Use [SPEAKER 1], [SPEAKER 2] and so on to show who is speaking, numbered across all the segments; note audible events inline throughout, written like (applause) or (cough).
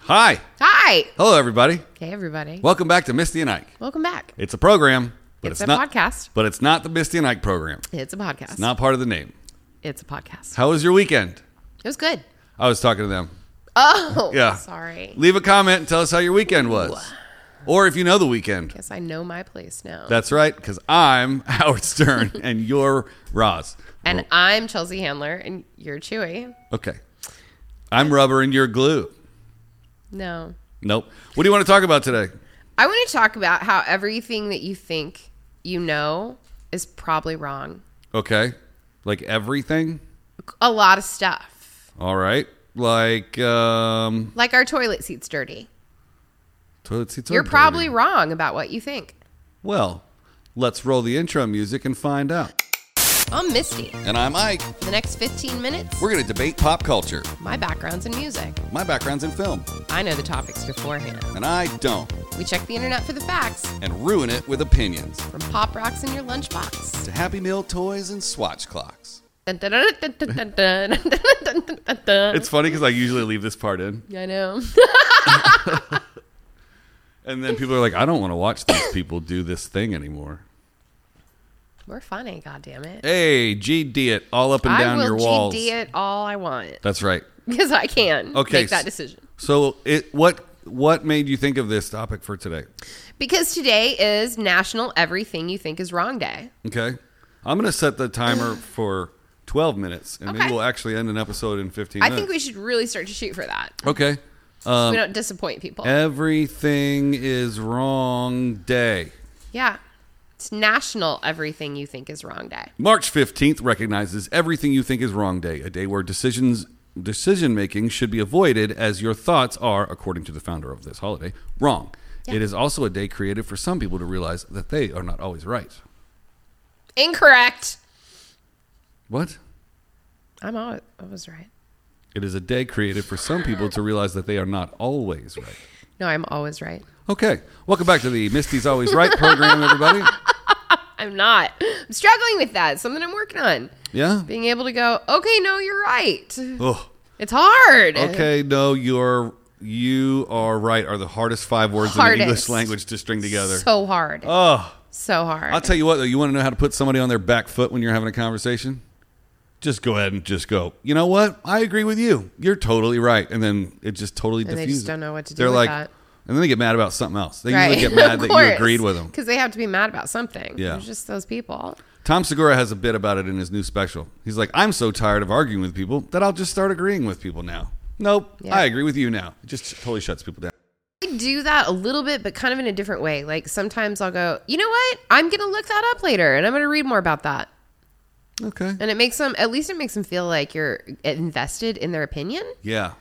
[SPEAKER 1] Hi.
[SPEAKER 2] Hi.
[SPEAKER 1] Hello, everybody.
[SPEAKER 2] Hey, everybody.
[SPEAKER 1] Welcome back to Misty and Ike.
[SPEAKER 2] Welcome back.
[SPEAKER 1] It's a program, but it's,
[SPEAKER 2] It's a
[SPEAKER 1] not
[SPEAKER 2] podcast.
[SPEAKER 1] But it's not the Misty and Ike program.
[SPEAKER 2] It's a podcast. It's,
[SPEAKER 1] It's not part of the name.
[SPEAKER 2] a podcast.
[SPEAKER 1] How was your weekend?
[SPEAKER 2] It was good.
[SPEAKER 1] I was talking to them.
[SPEAKER 2] Oh,
[SPEAKER 1] (laughs) Yeah.
[SPEAKER 2] Sorry.
[SPEAKER 1] Leave a comment and tell us how your weekend was, or if you know the weekend.
[SPEAKER 2] Guess I know my place now.
[SPEAKER 1] That's right, because I'm (laughs) Howard
[SPEAKER 2] (laughs)
[SPEAKER 1] Stern and you're Roz.
[SPEAKER 2] and I'm Chelsea Handler, and you're Chewy.
[SPEAKER 1] Okay. I'm rubber and you're glue.
[SPEAKER 2] No.
[SPEAKER 1] Nope. What do you want to talk about today?
[SPEAKER 2] I want to talk about how everything that you think you know is probably wrong.
[SPEAKER 1] Okay. Like everything?
[SPEAKER 2] A lot of stuff.
[SPEAKER 1] All right. Like um
[SPEAKER 2] Like our toilet seat's dirty.
[SPEAKER 1] toilet seats. are
[SPEAKER 2] You're
[SPEAKER 1] dirty.
[SPEAKER 2] probably wrong about what you think.
[SPEAKER 1] Well, let's roll the intro music and find out.
[SPEAKER 2] I'm Misty.
[SPEAKER 1] And I'm Ike.
[SPEAKER 2] The next 15 minutes,
[SPEAKER 1] We're going to debate pop culture.
[SPEAKER 2] my background's in music.
[SPEAKER 1] My background's in film,
[SPEAKER 2] I know the topics beforehand.
[SPEAKER 1] and I don't,
[SPEAKER 2] We check the internet for the facts.
[SPEAKER 1] and ruin it with opinions.
[SPEAKER 2] from Pop Rocks in Your Lunchbox.
[SPEAKER 1] To Happy Meal toys and swatch clocks.
[SPEAKER 2] Dun, dun, dun, dun, dun, dun, dun, dun, dun, dun, dun, dun.
[SPEAKER 1] It's funny because I usually leave this part in,
[SPEAKER 2] I know. (laughs)
[SPEAKER 1] and then people are like, I don't want to watch these people do this thing anymore.
[SPEAKER 2] We're funny, goddamn it.
[SPEAKER 1] Hey, GD it all up and
[SPEAKER 2] I
[SPEAKER 1] down
[SPEAKER 2] will
[SPEAKER 1] your walls.
[SPEAKER 2] GD it all I want
[SPEAKER 1] That's right.
[SPEAKER 2] because I can
[SPEAKER 1] Okay,
[SPEAKER 2] make that
[SPEAKER 1] s-
[SPEAKER 2] decision.
[SPEAKER 1] So, it what what made you think of this topic for today?
[SPEAKER 2] Because today is National Everything You Think Is Wrong Day.
[SPEAKER 1] Okay. I'm going to set the timer for 12 minutes and maybe
[SPEAKER 2] Okay.
[SPEAKER 1] we'll actually end an episode in 15
[SPEAKER 2] I
[SPEAKER 1] minutes.
[SPEAKER 2] think we should really start to shoot for that.
[SPEAKER 1] Okay. Um,
[SPEAKER 2] so we don't disappoint people.
[SPEAKER 1] Everything is wrong day.
[SPEAKER 2] yeah. It's National Everything You Think Is Wrong Day.
[SPEAKER 1] March 15th recognizes everything you think is wrong day, a day where decisions decision making should be avoided as your thoughts are according to the founder of this holiday wrong.
[SPEAKER 2] Yeah.
[SPEAKER 1] It is also a day created for some people to realize that they are not always right.
[SPEAKER 2] Incorrect.
[SPEAKER 1] What?
[SPEAKER 2] I'm always, I was right.
[SPEAKER 1] It is a day created for some people to realize that they are not always right.
[SPEAKER 2] No, I'm always right.
[SPEAKER 1] Okay, welcome back to the Misty's Always Right program, everybody.
[SPEAKER 2] I'm not. I'm struggling with that. It's something I'm working on.
[SPEAKER 1] Yeah.
[SPEAKER 2] being able to go, okay, no, you're right.
[SPEAKER 1] Oh,
[SPEAKER 2] It's hard.
[SPEAKER 1] okay. No, you're you are right. Are the hardest five words in the English
[SPEAKER 2] Hardest.
[SPEAKER 1] language to string together.
[SPEAKER 2] So hard.
[SPEAKER 1] oh,
[SPEAKER 2] so hard.
[SPEAKER 1] I'll tell you what. Though, you want to know how to put somebody on their back foot when you're having a conversation? Just go ahead and just go. You know what? I agree with you. You're totally right. And then it just totally
[SPEAKER 2] And they
[SPEAKER 1] diffuses.
[SPEAKER 2] just don't know what to do
[SPEAKER 1] They're
[SPEAKER 2] with
[SPEAKER 1] like,
[SPEAKER 2] that.
[SPEAKER 1] and then they get mad about something else. They usually
[SPEAKER 2] (laughs)
[SPEAKER 1] get mad that you agreed with them.
[SPEAKER 2] Because they have to be mad about something.
[SPEAKER 1] Yeah.
[SPEAKER 2] They're just those people.
[SPEAKER 1] Tom Segura has a bit about it in his new special. He's like, I'm so tired of arguing with people that I'll just start agreeing with people now. Nope,
[SPEAKER 2] Yeah.
[SPEAKER 1] I agree with you now. It just totally shuts people down.
[SPEAKER 2] I do that a little bit, but kind of in a different way. Like sometimes I'll go, you know what? I'm going to look that up later and I'm going to read more about that.
[SPEAKER 1] Okay.
[SPEAKER 2] And it makes them, at least it makes them feel like you're invested in their opinion.
[SPEAKER 1] Yeah.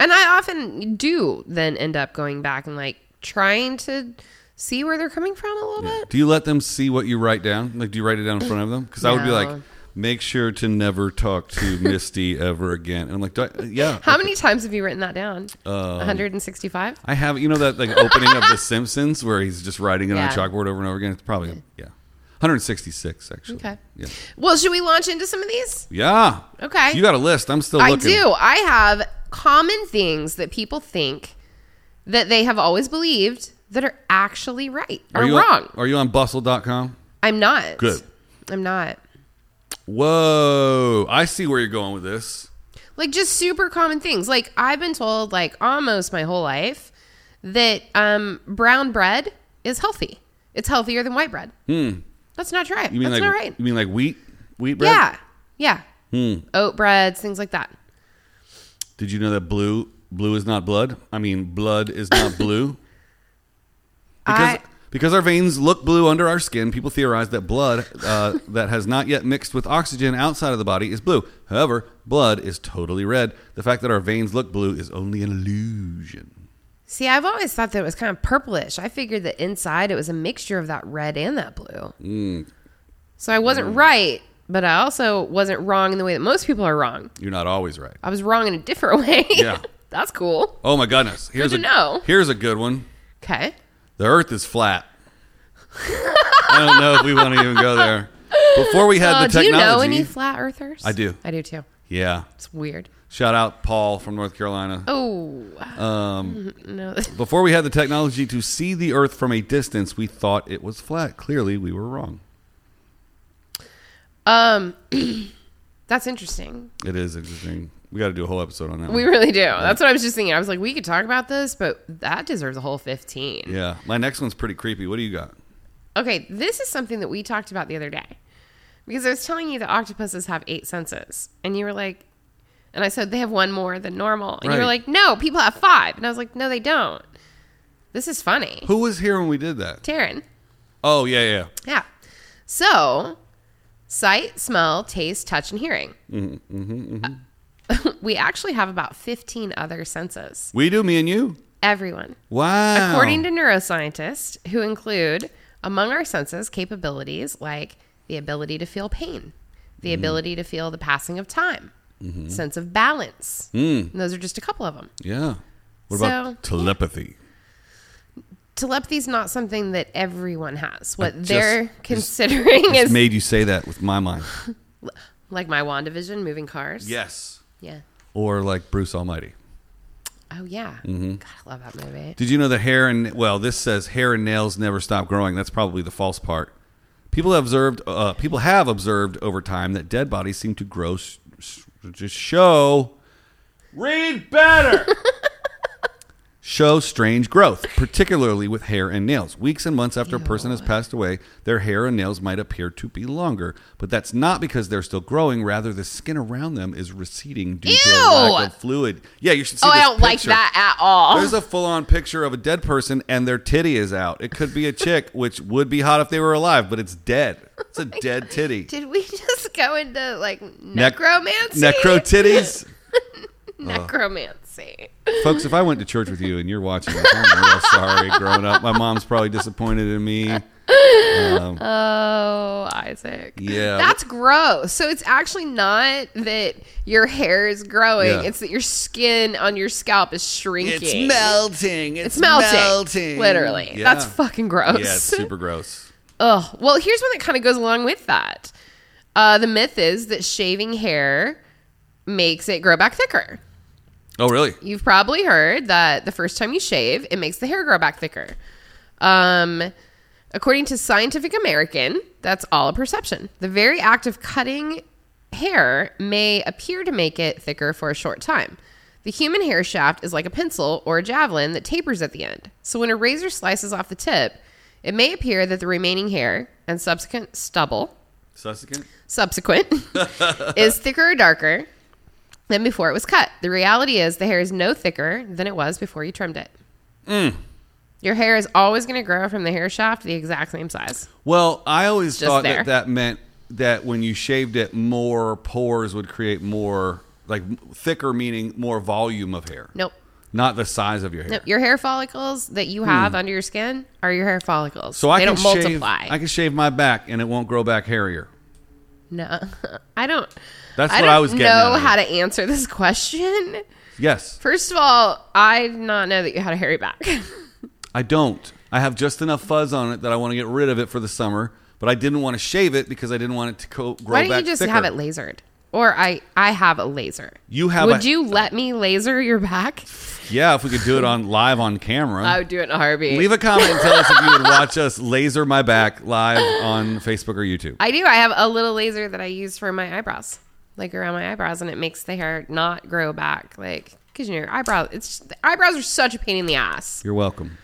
[SPEAKER 2] And I often do then end up going back and like trying to see where they're coming from a little bit.
[SPEAKER 1] Do you let them see what you write down? Like, do you write it down in front of them? Because I would be
[SPEAKER 2] No.
[SPEAKER 1] like, make sure to never talk
[SPEAKER 2] (laughs)
[SPEAKER 1] to Misty ever again. And I'm like, do I, uh, yeah.
[SPEAKER 2] How many times have you written that down?
[SPEAKER 1] Um,
[SPEAKER 2] 165?
[SPEAKER 1] I have, you know, that like opening of The Simpsons where he's just writing it on
[SPEAKER 2] Yeah.
[SPEAKER 1] a chalkboard over and over again? It's probably, yeah. 166, actually.
[SPEAKER 2] Okay.
[SPEAKER 1] Yeah.
[SPEAKER 2] Well, should we launch into some of these?
[SPEAKER 1] Yeah.
[SPEAKER 2] Okay.
[SPEAKER 1] You got a list. I'm still
[SPEAKER 2] I
[SPEAKER 1] looking.
[SPEAKER 2] do. I have common things that people think that they have always believed that are actually right or
[SPEAKER 1] Are you
[SPEAKER 2] wrong.
[SPEAKER 1] On, are you on bustle.com?
[SPEAKER 2] I'm not.
[SPEAKER 1] Good.
[SPEAKER 2] I'm not.
[SPEAKER 1] Whoa, I see where you're going with this.
[SPEAKER 2] Like just super common things. Like I've been told like almost my whole life that um brown bread is healthy. It's healthier than white bread. Hmm. That's not right.
[SPEAKER 1] You mean
[SPEAKER 2] That's
[SPEAKER 1] like
[SPEAKER 2] not right.
[SPEAKER 1] you mean like wheat, wheat bread? Hmm.
[SPEAKER 2] Yeah. Yeah. Oat breads, things like that.
[SPEAKER 1] Did you know that blue blue is not blood? I mean, blood is not
[SPEAKER 2] (laughs)
[SPEAKER 1] blue. Because
[SPEAKER 2] I-
[SPEAKER 1] because our veins look blue under our skin, people theorize that blood
[SPEAKER 2] (laughs)
[SPEAKER 1] uh, that has not yet mixed with oxygen outside of the body is blue. However, blood is totally red. The fact that our veins look blue is only an illusion.
[SPEAKER 2] See, I've always thought that it was kind of purplish. I figured that inside it was a mixture of that red and that blue.
[SPEAKER 1] Hmm.
[SPEAKER 2] So I wasn't right, but I also wasn't wrong in the way that most people are wrong.
[SPEAKER 1] You're not always right.
[SPEAKER 2] I was wrong in a different (laughs) way.
[SPEAKER 1] Yeah.
[SPEAKER 2] That's cool.
[SPEAKER 1] Oh my goodness! Here's
[SPEAKER 2] to
[SPEAKER 1] a
[SPEAKER 2] know.
[SPEAKER 1] here's a good one.
[SPEAKER 2] Okay.
[SPEAKER 1] The Earth is flat. I don't know if we want to even go there. Before we had
[SPEAKER 2] Uh,
[SPEAKER 1] the
[SPEAKER 2] do you
[SPEAKER 1] technology,
[SPEAKER 2] know any flat earthers?
[SPEAKER 1] I do.
[SPEAKER 2] I do too.
[SPEAKER 1] yeah,
[SPEAKER 2] It's weird.
[SPEAKER 1] Shout out Paul from North Carolina.
[SPEAKER 2] Oh. Um. (laughs) No.
[SPEAKER 1] Before we had the technology to see the Earth from a distance, we thought it was flat. Clearly, we were wrong.
[SPEAKER 2] Um. (clears throat) That's interesting.
[SPEAKER 1] It is interesting. We got to do a whole episode on that.
[SPEAKER 2] We
[SPEAKER 1] one.
[SPEAKER 2] really do. That's what I was just thinking. I was like, we could talk about this, but that deserves a whole 15.
[SPEAKER 1] yeah. My next one's pretty creepy. What do you got?
[SPEAKER 2] Okay, this is something that we talked about the other day because I was telling you that octopuses have eight senses, and you were like, and I said they have one more than normal, and you
[SPEAKER 1] Right.
[SPEAKER 2] were like, no, people have five, and I was like, no, they don't. This is funny,
[SPEAKER 1] Who was here when we did that?
[SPEAKER 2] Taryn.
[SPEAKER 1] Oh yeah, yeah.
[SPEAKER 2] Yeah. So, sight, smell, taste, touch, and hearing.
[SPEAKER 1] Mm-hmm,
[SPEAKER 2] Uh, (laughs) we actually have about fifteen other senses.
[SPEAKER 1] We do. Me and you.
[SPEAKER 2] Everyone.
[SPEAKER 1] Wow.
[SPEAKER 2] According to neuroscientists, who include among our senses capabilities like the ability to feel
[SPEAKER 1] Mm.
[SPEAKER 2] pain, the ability to feel the passing of time,
[SPEAKER 1] Mm-hmm.
[SPEAKER 2] sense of balance.
[SPEAKER 1] Mm.
[SPEAKER 2] And those are just a couple of them.
[SPEAKER 1] yeah. What about telepathy?
[SPEAKER 2] Telepathy is not something that everyone has. What
[SPEAKER 1] Uh, just-
[SPEAKER 2] they're considering
[SPEAKER 1] It's
[SPEAKER 2] is
[SPEAKER 1] made you say that with my mind.
[SPEAKER 2] like my WandaVision, moving cars.
[SPEAKER 1] yes.
[SPEAKER 2] Yeah.
[SPEAKER 1] Or like Bruce Almighty.
[SPEAKER 2] Oh, yeah. God, I love that movie.
[SPEAKER 1] Mm-hmm. Did you know that hair and well, this says hair and nails never stop growing. That's probably the false part. People have observed. Uh, people have observed over time that dead bodies seem to grow. s- s- Just show. Read
[SPEAKER 2] (laughs)
[SPEAKER 1] better. show strange growth, particularly with hair and nails. Weeks and months after a person has passed away, their hair and nails might appear to be longer, but that's not because they're still growing. Rather, the skin around them is receding due to a
[SPEAKER 2] Ew.
[SPEAKER 1] lack of fluid. Yeah, you should see.
[SPEAKER 2] Oh, I
[SPEAKER 1] this
[SPEAKER 2] don't like
[SPEAKER 1] picture.
[SPEAKER 2] that at all.
[SPEAKER 1] There's a full on picture of a dead person and their titty is out. It could be a chick, which would be hot if they were alive, but it's dead.
[SPEAKER 2] (laughs)
[SPEAKER 1] It's a
[SPEAKER 2] Oh
[SPEAKER 1] dead titty.
[SPEAKER 2] Did we (laughs) just go into like
[SPEAKER 1] Nec-
[SPEAKER 2] necromancy?
[SPEAKER 1] Necro titties. uh.
[SPEAKER 2] necromancy.
[SPEAKER 1] Folks, if I went to church with you and you're watching this, I'm real sorry growing up. My mom's probably disappointed in
[SPEAKER 2] (laughs)
[SPEAKER 1] me. Um,
[SPEAKER 2] Oh, Isaac.
[SPEAKER 1] Yeah.
[SPEAKER 2] That's gross. So it's actually not that your hair is growing,
[SPEAKER 1] Yeah.
[SPEAKER 2] it's that your skin on your scalp is shrinking.
[SPEAKER 1] melting.
[SPEAKER 2] It's melting. Literally.
[SPEAKER 1] Yeah.
[SPEAKER 2] That's fucking gross.
[SPEAKER 1] Yeah, it's super gross.
[SPEAKER 2] (laughs) Ugh. Well, here's one that kind of goes along with that. Uh, the myth is that shaving hair makes it grow back thicker.
[SPEAKER 1] Oh,
[SPEAKER 2] (laughs)
[SPEAKER 1] really?
[SPEAKER 2] You've probably heard that the first time you shave, it makes the hair grow back thicker. Um, according to Scientific American, that's all a perception. The very act of cutting hair may appear to make it thicker for a short time. The human hair shaft is like a pencil or a javelin that tapers at the end. So when a razor slices off the tip, it may appear that the remaining hair and subsequent stubble
[SPEAKER 1] Sussican? (laughs)
[SPEAKER 2] subsequent is thicker or darker than before it was cut. The reality is the hair is no thicker than it was before you trimmed it.
[SPEAKER 1] Mm.
[SPEAKER 2] Your hair is always going to grow from the hair shaft the exact same size.
[SPEAKER 1] Well, I always
[SPEAKER 2] Just
[SPEAKER 1] thought
[SPEAKER 2] there.
[SPEAKER 1] that that meant that when you shaved it, more pores would create more, like m- thicker, meaning more volume of hair.
[SPEAKER 2] Nope.
[SPEAKER 1] Not the size of your hair.
[SPEAKER 2] Nope. Your hair follicles that you have under your skin are your hair follicles.
[SPEAKER 1] Hmm. So I
[SPEAKER 2] they
[SPEAKER 1] can
[SPEAKER 2] don't
[SPEAKER 1] shave,
[SPEAKER 2] multiply.
[SPEAKER 1] I can shave my back, and it won't grow back hairier.
[SPEAKER 2] no, (laughs) I don't.
[SPEAKER 1] That's
[SPEAKER 2] I
[SPEAKER 1] what
[SPEAKER 2] don't
[SPEAKER 1] I was getting
[SPEAKER 2] know
[SPEAKER 1] at of
[SPEAKER 2] how to answer this (laughs) question.
[SPEAKER 1] Yes,
[SPEAKER 2] First of all, I did not know that you had a hairy back. (laughs)
[SPEAKER 1] I don't. I have just enough fuzz on it that I want to get rid of it for the summer, but I didn't want to shave it because I didn't want it to co- grow
[SPEAKER 2] Why don't
[SPEAKER 1] back
[SPEAKER 2] you just
[SPEAKER 1] thicker.
[SPEAKER 2] have it lasered? Or I, I have a laser.
[SPEAKER 1] You have
[SPEAKER 2] Would
[SPEAKER 1] a-
[SPEAKER 2] you let me laser your back?
[SPEAKER 1] yeah, if we could do it on live on camera.
[SPEAKER 2] (laughs) I would do it in a heartbeat.
[SPEAKER 1] Leave a comment and tell us if you would watch us laser my back live on Facebook or YouTube.
[SPEAKER 2] I do. I have a little laser that I use for my eyebrows, like around my eyebrows, and it makes the hair not grow back, like because your eyebrow. It's the eyebrows are such a pain in the ass.
[SPEAKER 1] You're welcome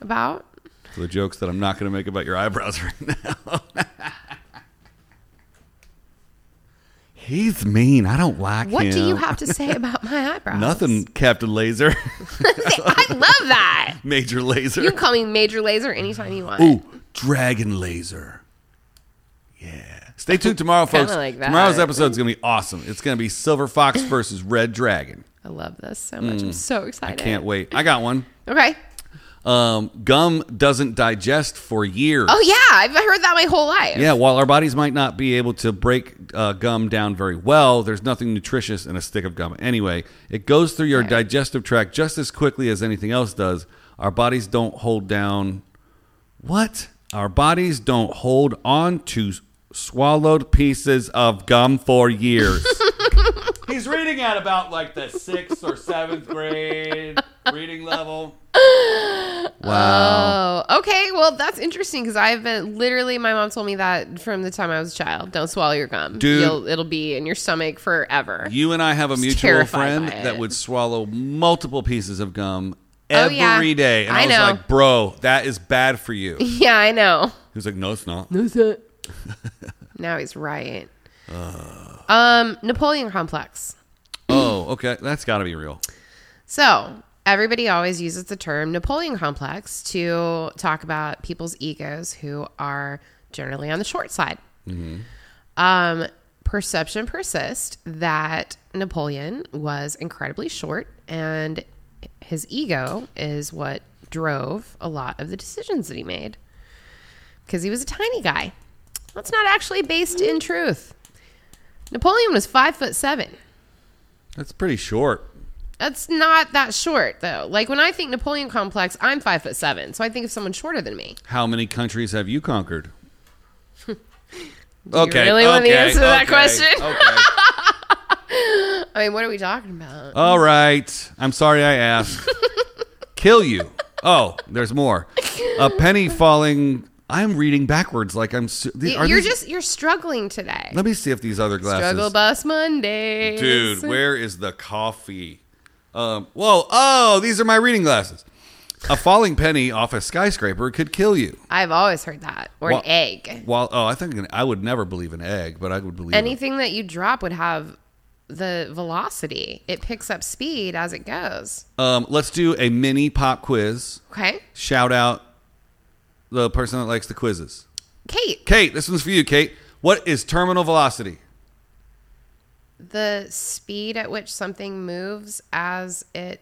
[SPEAKER 2] About
[SPEAKER 1] for the jokes that I'm not going to make about your eyebrows (laughs) right now. He's mean. I don't like
[SPEAKER 2] what
[SPEAKER 1] him.
[SPEAKER 2] do you have
[SPEAKER 1] (laughs)
[SPEAKER 2] to say about my eyebrows? (laughs)
[SPEAKER 1] Nothing, Captain Laser, (laughs)
[SPEAKER 2] I love that.
[SPEAKER 1] Major Laser.
[SPEAKER 2] You can call me Major Laser anytime you want.
[SPEAKER 1] Ooh, dragon laser. Yeah. Stay tuned
[SPEAKER 2] (laughs)
[SPEAKER 1] tomorrow, folks.
[SPEAKER 2] like that.
[SPEAKER 1] Tomorrow's episode is going to be awesome. It's going to be Silver
[SPEAKER 2] (laughs)
[SPEAKER 1] Fox versus Red Dragon.
[SPEAKER 2] I love this so much. I'm so excited.
[SPEAKER 1] Can't wait. Mm. I got one.
[SPEAKER 2] Okay.
[SPEAKER 1] Um, gum doesn't digest for years.
[SPEAKER 2] Oh yeah, I've heard that my whole life.
[SPEAKER 1] Yeah, while our bodies might not be able to break uh, gum down very well, there's nothing nutritious in a stick of gum. Anyway, it goes through your digestive tract just as quickly as anything else does. Our bodies don't hold down. What? Our bodies don't hold on to swallowed pieces of gum for years. He's he's reading at about like the sixth or seventh grade reading level. Wow.
[SPEAKER 2] Oh, okay. Well, that's interesting because I've been literally, my mom told me that from the time I was a child. Don't swallow your gum.
[SPEAKER 1] Dude.
[SPEAKER 2] You'll, it'll be in your stomach forever.
[SPEAKER 1] you and I have a mutual
[SPEAKER 2] terrified
[SPEAKER 1] friend
[SPEAKER 2] by it.
[SPEAKER 1] that would swallow multiple pieces of gum
[SPEAKER 2] Oh,
[SPEAKER 1] every day,
[SPEAKER 2] yeah.
[SPEAKER 1] And I,
[SPEAKER 2] I
[SPEAKER 1] was
[SPEAKER 2] know.
[SPEAKER 1] like, bro, that is bad for you. He
[SPEAKER 2] (laughs) yeah, I know.
[SPEAKER 1] was like, no, it's
[SPEAKER 2] (laughs)
[SPEAKER 1] not.
[SPEAKER 2] now he's right. Um, Napoleon complex.
[SPEAKER 1] oh, okay. That's got to be real.
[SPEAKER 2] So everybody always uses the term Napoleon complex to talk about people's egos who are generally on the short side. Um, perception persists that Napoleon was incredibly short, and his ego is what drove a lot of the decisions that he made because he was a tiny guy. That's not actually based in truth. Napoleon was five foot seven.
[SPEAKER 1] That's pretty short.
[SPEAKER 2] That's not that short though. Like when I think Napoleon complex, I'm five foot seven, so I think of someone shorter than me.
[SPEAKER 1] How many countries have you
[SPEAKER 2] (laughs)
[SPEAKER 1] conquered?
[SPEAKER 2] you
[SPEAKER 1] okay.
[SPEAKER 2] really want the
[SPEAKER 1] okay,
[SPEAKER 2] answer to that
[SPEAKER 1] okay,
[SPEAKER 2] question? (laughs)
[SPEAKER 1] Okay.
[SPEAKER 2] I mean, what are we talking about?
[SPEAKER 1] All right. I'm sorry I
[SPEAKER 2] (laughs)
[SPEAKER 1] asked. Kill you. Oh, there's more. A penny falling. I'm reading backwards like I'm. Su- the- are
[SPEAKER 2] you're
[SPEAKER 1] these-
[SPEAKER 2] just you're struggling today.
[SPEAKER 1] Let me see if these other glasses.
[SPEAKER 2] Struggle bus Monday,
[SPEAKER 1] Dude, where is the coffee? Um, whoa, oh, these are my reading glasses. A falling penny off a skyscraper could kill you.
[SPEAKER 2] I've always heard that. Or
[SPEAKER 1] Wha-
[SPEAKER 2] an egg.
[SPEAKER 1] While oh, I think I would never believe an egg, but I would believe
[SPEAKER 2] Anything that you drop would have the velocity. It picks up speed as it goes.
[SPEAKER 1] Um, let's do a mini pop quiz.
[SPEAKER 2] Okay,
[SPEAKER 1] Shout out the person that likes the quizzes.
[SPEAKER 2] Kate.
[SPEAKER 1] Kate, this one's for you, Kate. What is terminal velocity?
[SPEAKER 2] The speed at which something moves as it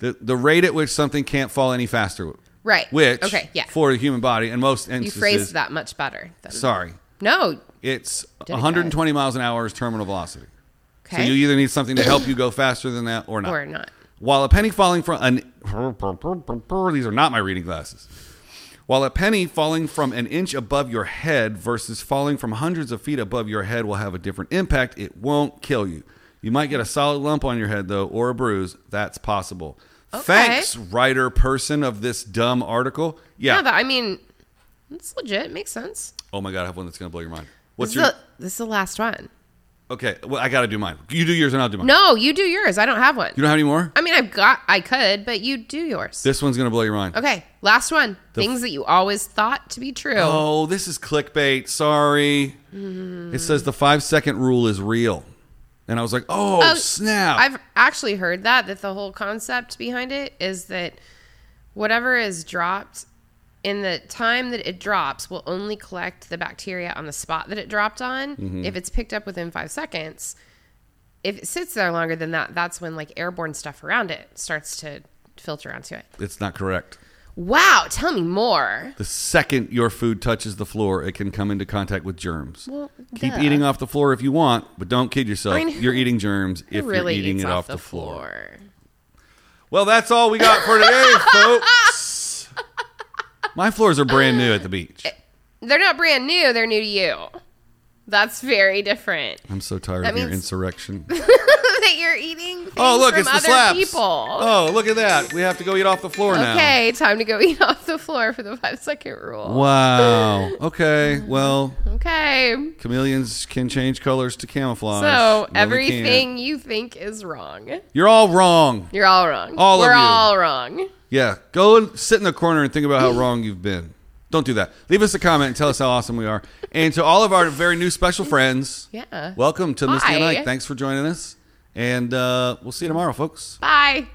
[SPEAKER 1] The the rate at which something can't fall any faster.
[SPEAKER 2] right.
[SPEAKER 1] Which
[SPEAKER 2] okay, yeah.
[SPEAKER 1] for the human body in most
[SPEAKER 2] you
[SPEAKER 1] instances.
[SPEAKER 2] phrased that much better. Than,
[SPEAKER 1] Sorry.
[SPEAKER 2] no.
[SPEAKER 1] It's
[SPEAKER 2] it
[SPEAKER 1] 120 miles an hour is terminal velocity.
[SPEAKER 2] Okay.
[SPEAKER 1] So you either need something to help you go faster than that or not.
[SPEAKER 2] or not.
[SPEAKER 1] While a penny falling from an these are not my reading glasses. While a penny falling from an inch above your head versus falling from hundreds of feet above your head will have a different impact, it won't kill you. You might get a solid lump on your head though or a bruise. That's possible. Thanks, writer person of this dumb article. Yeah.
[SPEAKER 2] Yeah, but I mean, it's legit. Makes sense.
[SPEAKER 1] oh my god, I have one that's gonna blow your mind.
[SPEAKER 2] This,
[SPEAKER 1] What's
[SPEAKER 2] is
[SPEAKER 1] your
[SPEAKER 2] the, this is the last one.
[SPEAKER 1] Okay, well I gotta do mine. You do yours and I'll do mine.
[SPEAKER 2] No, you do yours. I don't have one.
[SPEAKER 1] You don't have any more?
[SPEAKER 2] I mean, I've got, I could, but you do yours.
[SPEAKER 1] This one's gonna blow your mind.
[SPEAKER 2] okay, last one. Things that you always thought to be true.
[SPEAKER 1] Oh, this is clickbait. Sorry.
[SPEAKER 2] Hmm.
[SPEAKER 1] It says the five second rule is real. And I was like, oh,
[SPEAKER 2] Oh,
[SPEAKER 1] snap.
[SPEAKER 2] I've actually heard that, that the whole concept behind it is that whatever is dropped in the time that it drops will only collect the bacteria on the spot that it dropped on.
[SPEAKER 1] Mm-hmm.
[SPEAKER 2] If it's picked up within five seconds, if it sits there longer than that, that's when like airborne stuff around it starts to filter onto it.
[SPEAKER 1] it's not correct.
[SPEAKER 2] Wow, tell me more.
[SPEAKER 1] The second your food touches the floor, it can come into contact with germs.
[SPEAKER 2] Well,
[SPEAKER 1] Keep
[SPEAKER 2] duh.
[SPEAKER 1] eating off the floor if you want, but don't kid yourself.
[SPEAKER 2] I mean, who-
[SPEAKER 1] you're eating germs
[SPEAKER 2] It
[SPEAKER 1] if
[SPEAKER 2] really
[SPEAKER 1] you're eating
[SPEAKER 2] eats
[SPEAKER 1] it
[SPEAKER 2] off,
[SPEAKER 1] off
[SPEAKER 2] the, floor.
[SPEAKER 1] Well, that's all we got for
[SPEAKER 2] (laughs)
[SPEAKER 1] today, folks. My floors are brand new at the
[SPEAKER 2] Eh,
[SPEAKER 1] beach.
[SPEAKER 2] They're not brand new, they're new to you. That's very different. (laughs)
[SPEAKER 1] I'm so tired
[SPEAKER 2] That
[SPEAKER 1] of your
[SPEAKER 2] means-
[SPEAKER 1] insurrection.
[SPEAKER 2] that you're eating things
[SPEAKER 1] Oh, look,
[SPEAKER 2] from
[SPEAKER 1] it's the
[SPEAKER 2] other
[SPEAKER 1] slaps.
[SPEAKER 2] people.
[SPEAKER 1] Oh, look at that. We have to go eat off the floor now.
[SPEAKER 2] Okay, time to go (laughs) eat off the floor for the five second rule.
[SPEAKER 1] Wow. Okay. Well,
[SPEAKER 2] Okay.
[SPEAKER 1] chameleons can change colors to camouflage.
[SPEAKER 2] So
[SPEAKER 1] No, they can't.
[SPEAKER 2] everything you think is wrong.
[SPEAKER 1] You're all wrong.
[SPEAKER 2] You're all wrong.
[SPEAKER 1] All of
[SPEAKER 2] We're
[SPEAKER 1] you.
[SPEAKER 2] all wrong.
[SPEAKER 1] Yeah. Go and sit in the corner and think about how wrong you've been. Don't do that. Leave us a comment and tell us how awesome we are. And to all of our very new special friends,
[SPEAKER 2] Yeah.
[SPEAKER 1] welcome to Misty and
[SPEAKER 2] Hi.
[SPEAKER 1] Ike. Thanks for joining us. And uh, we'll see you tomorrow, folks.
[SPEAKER 2] Bye.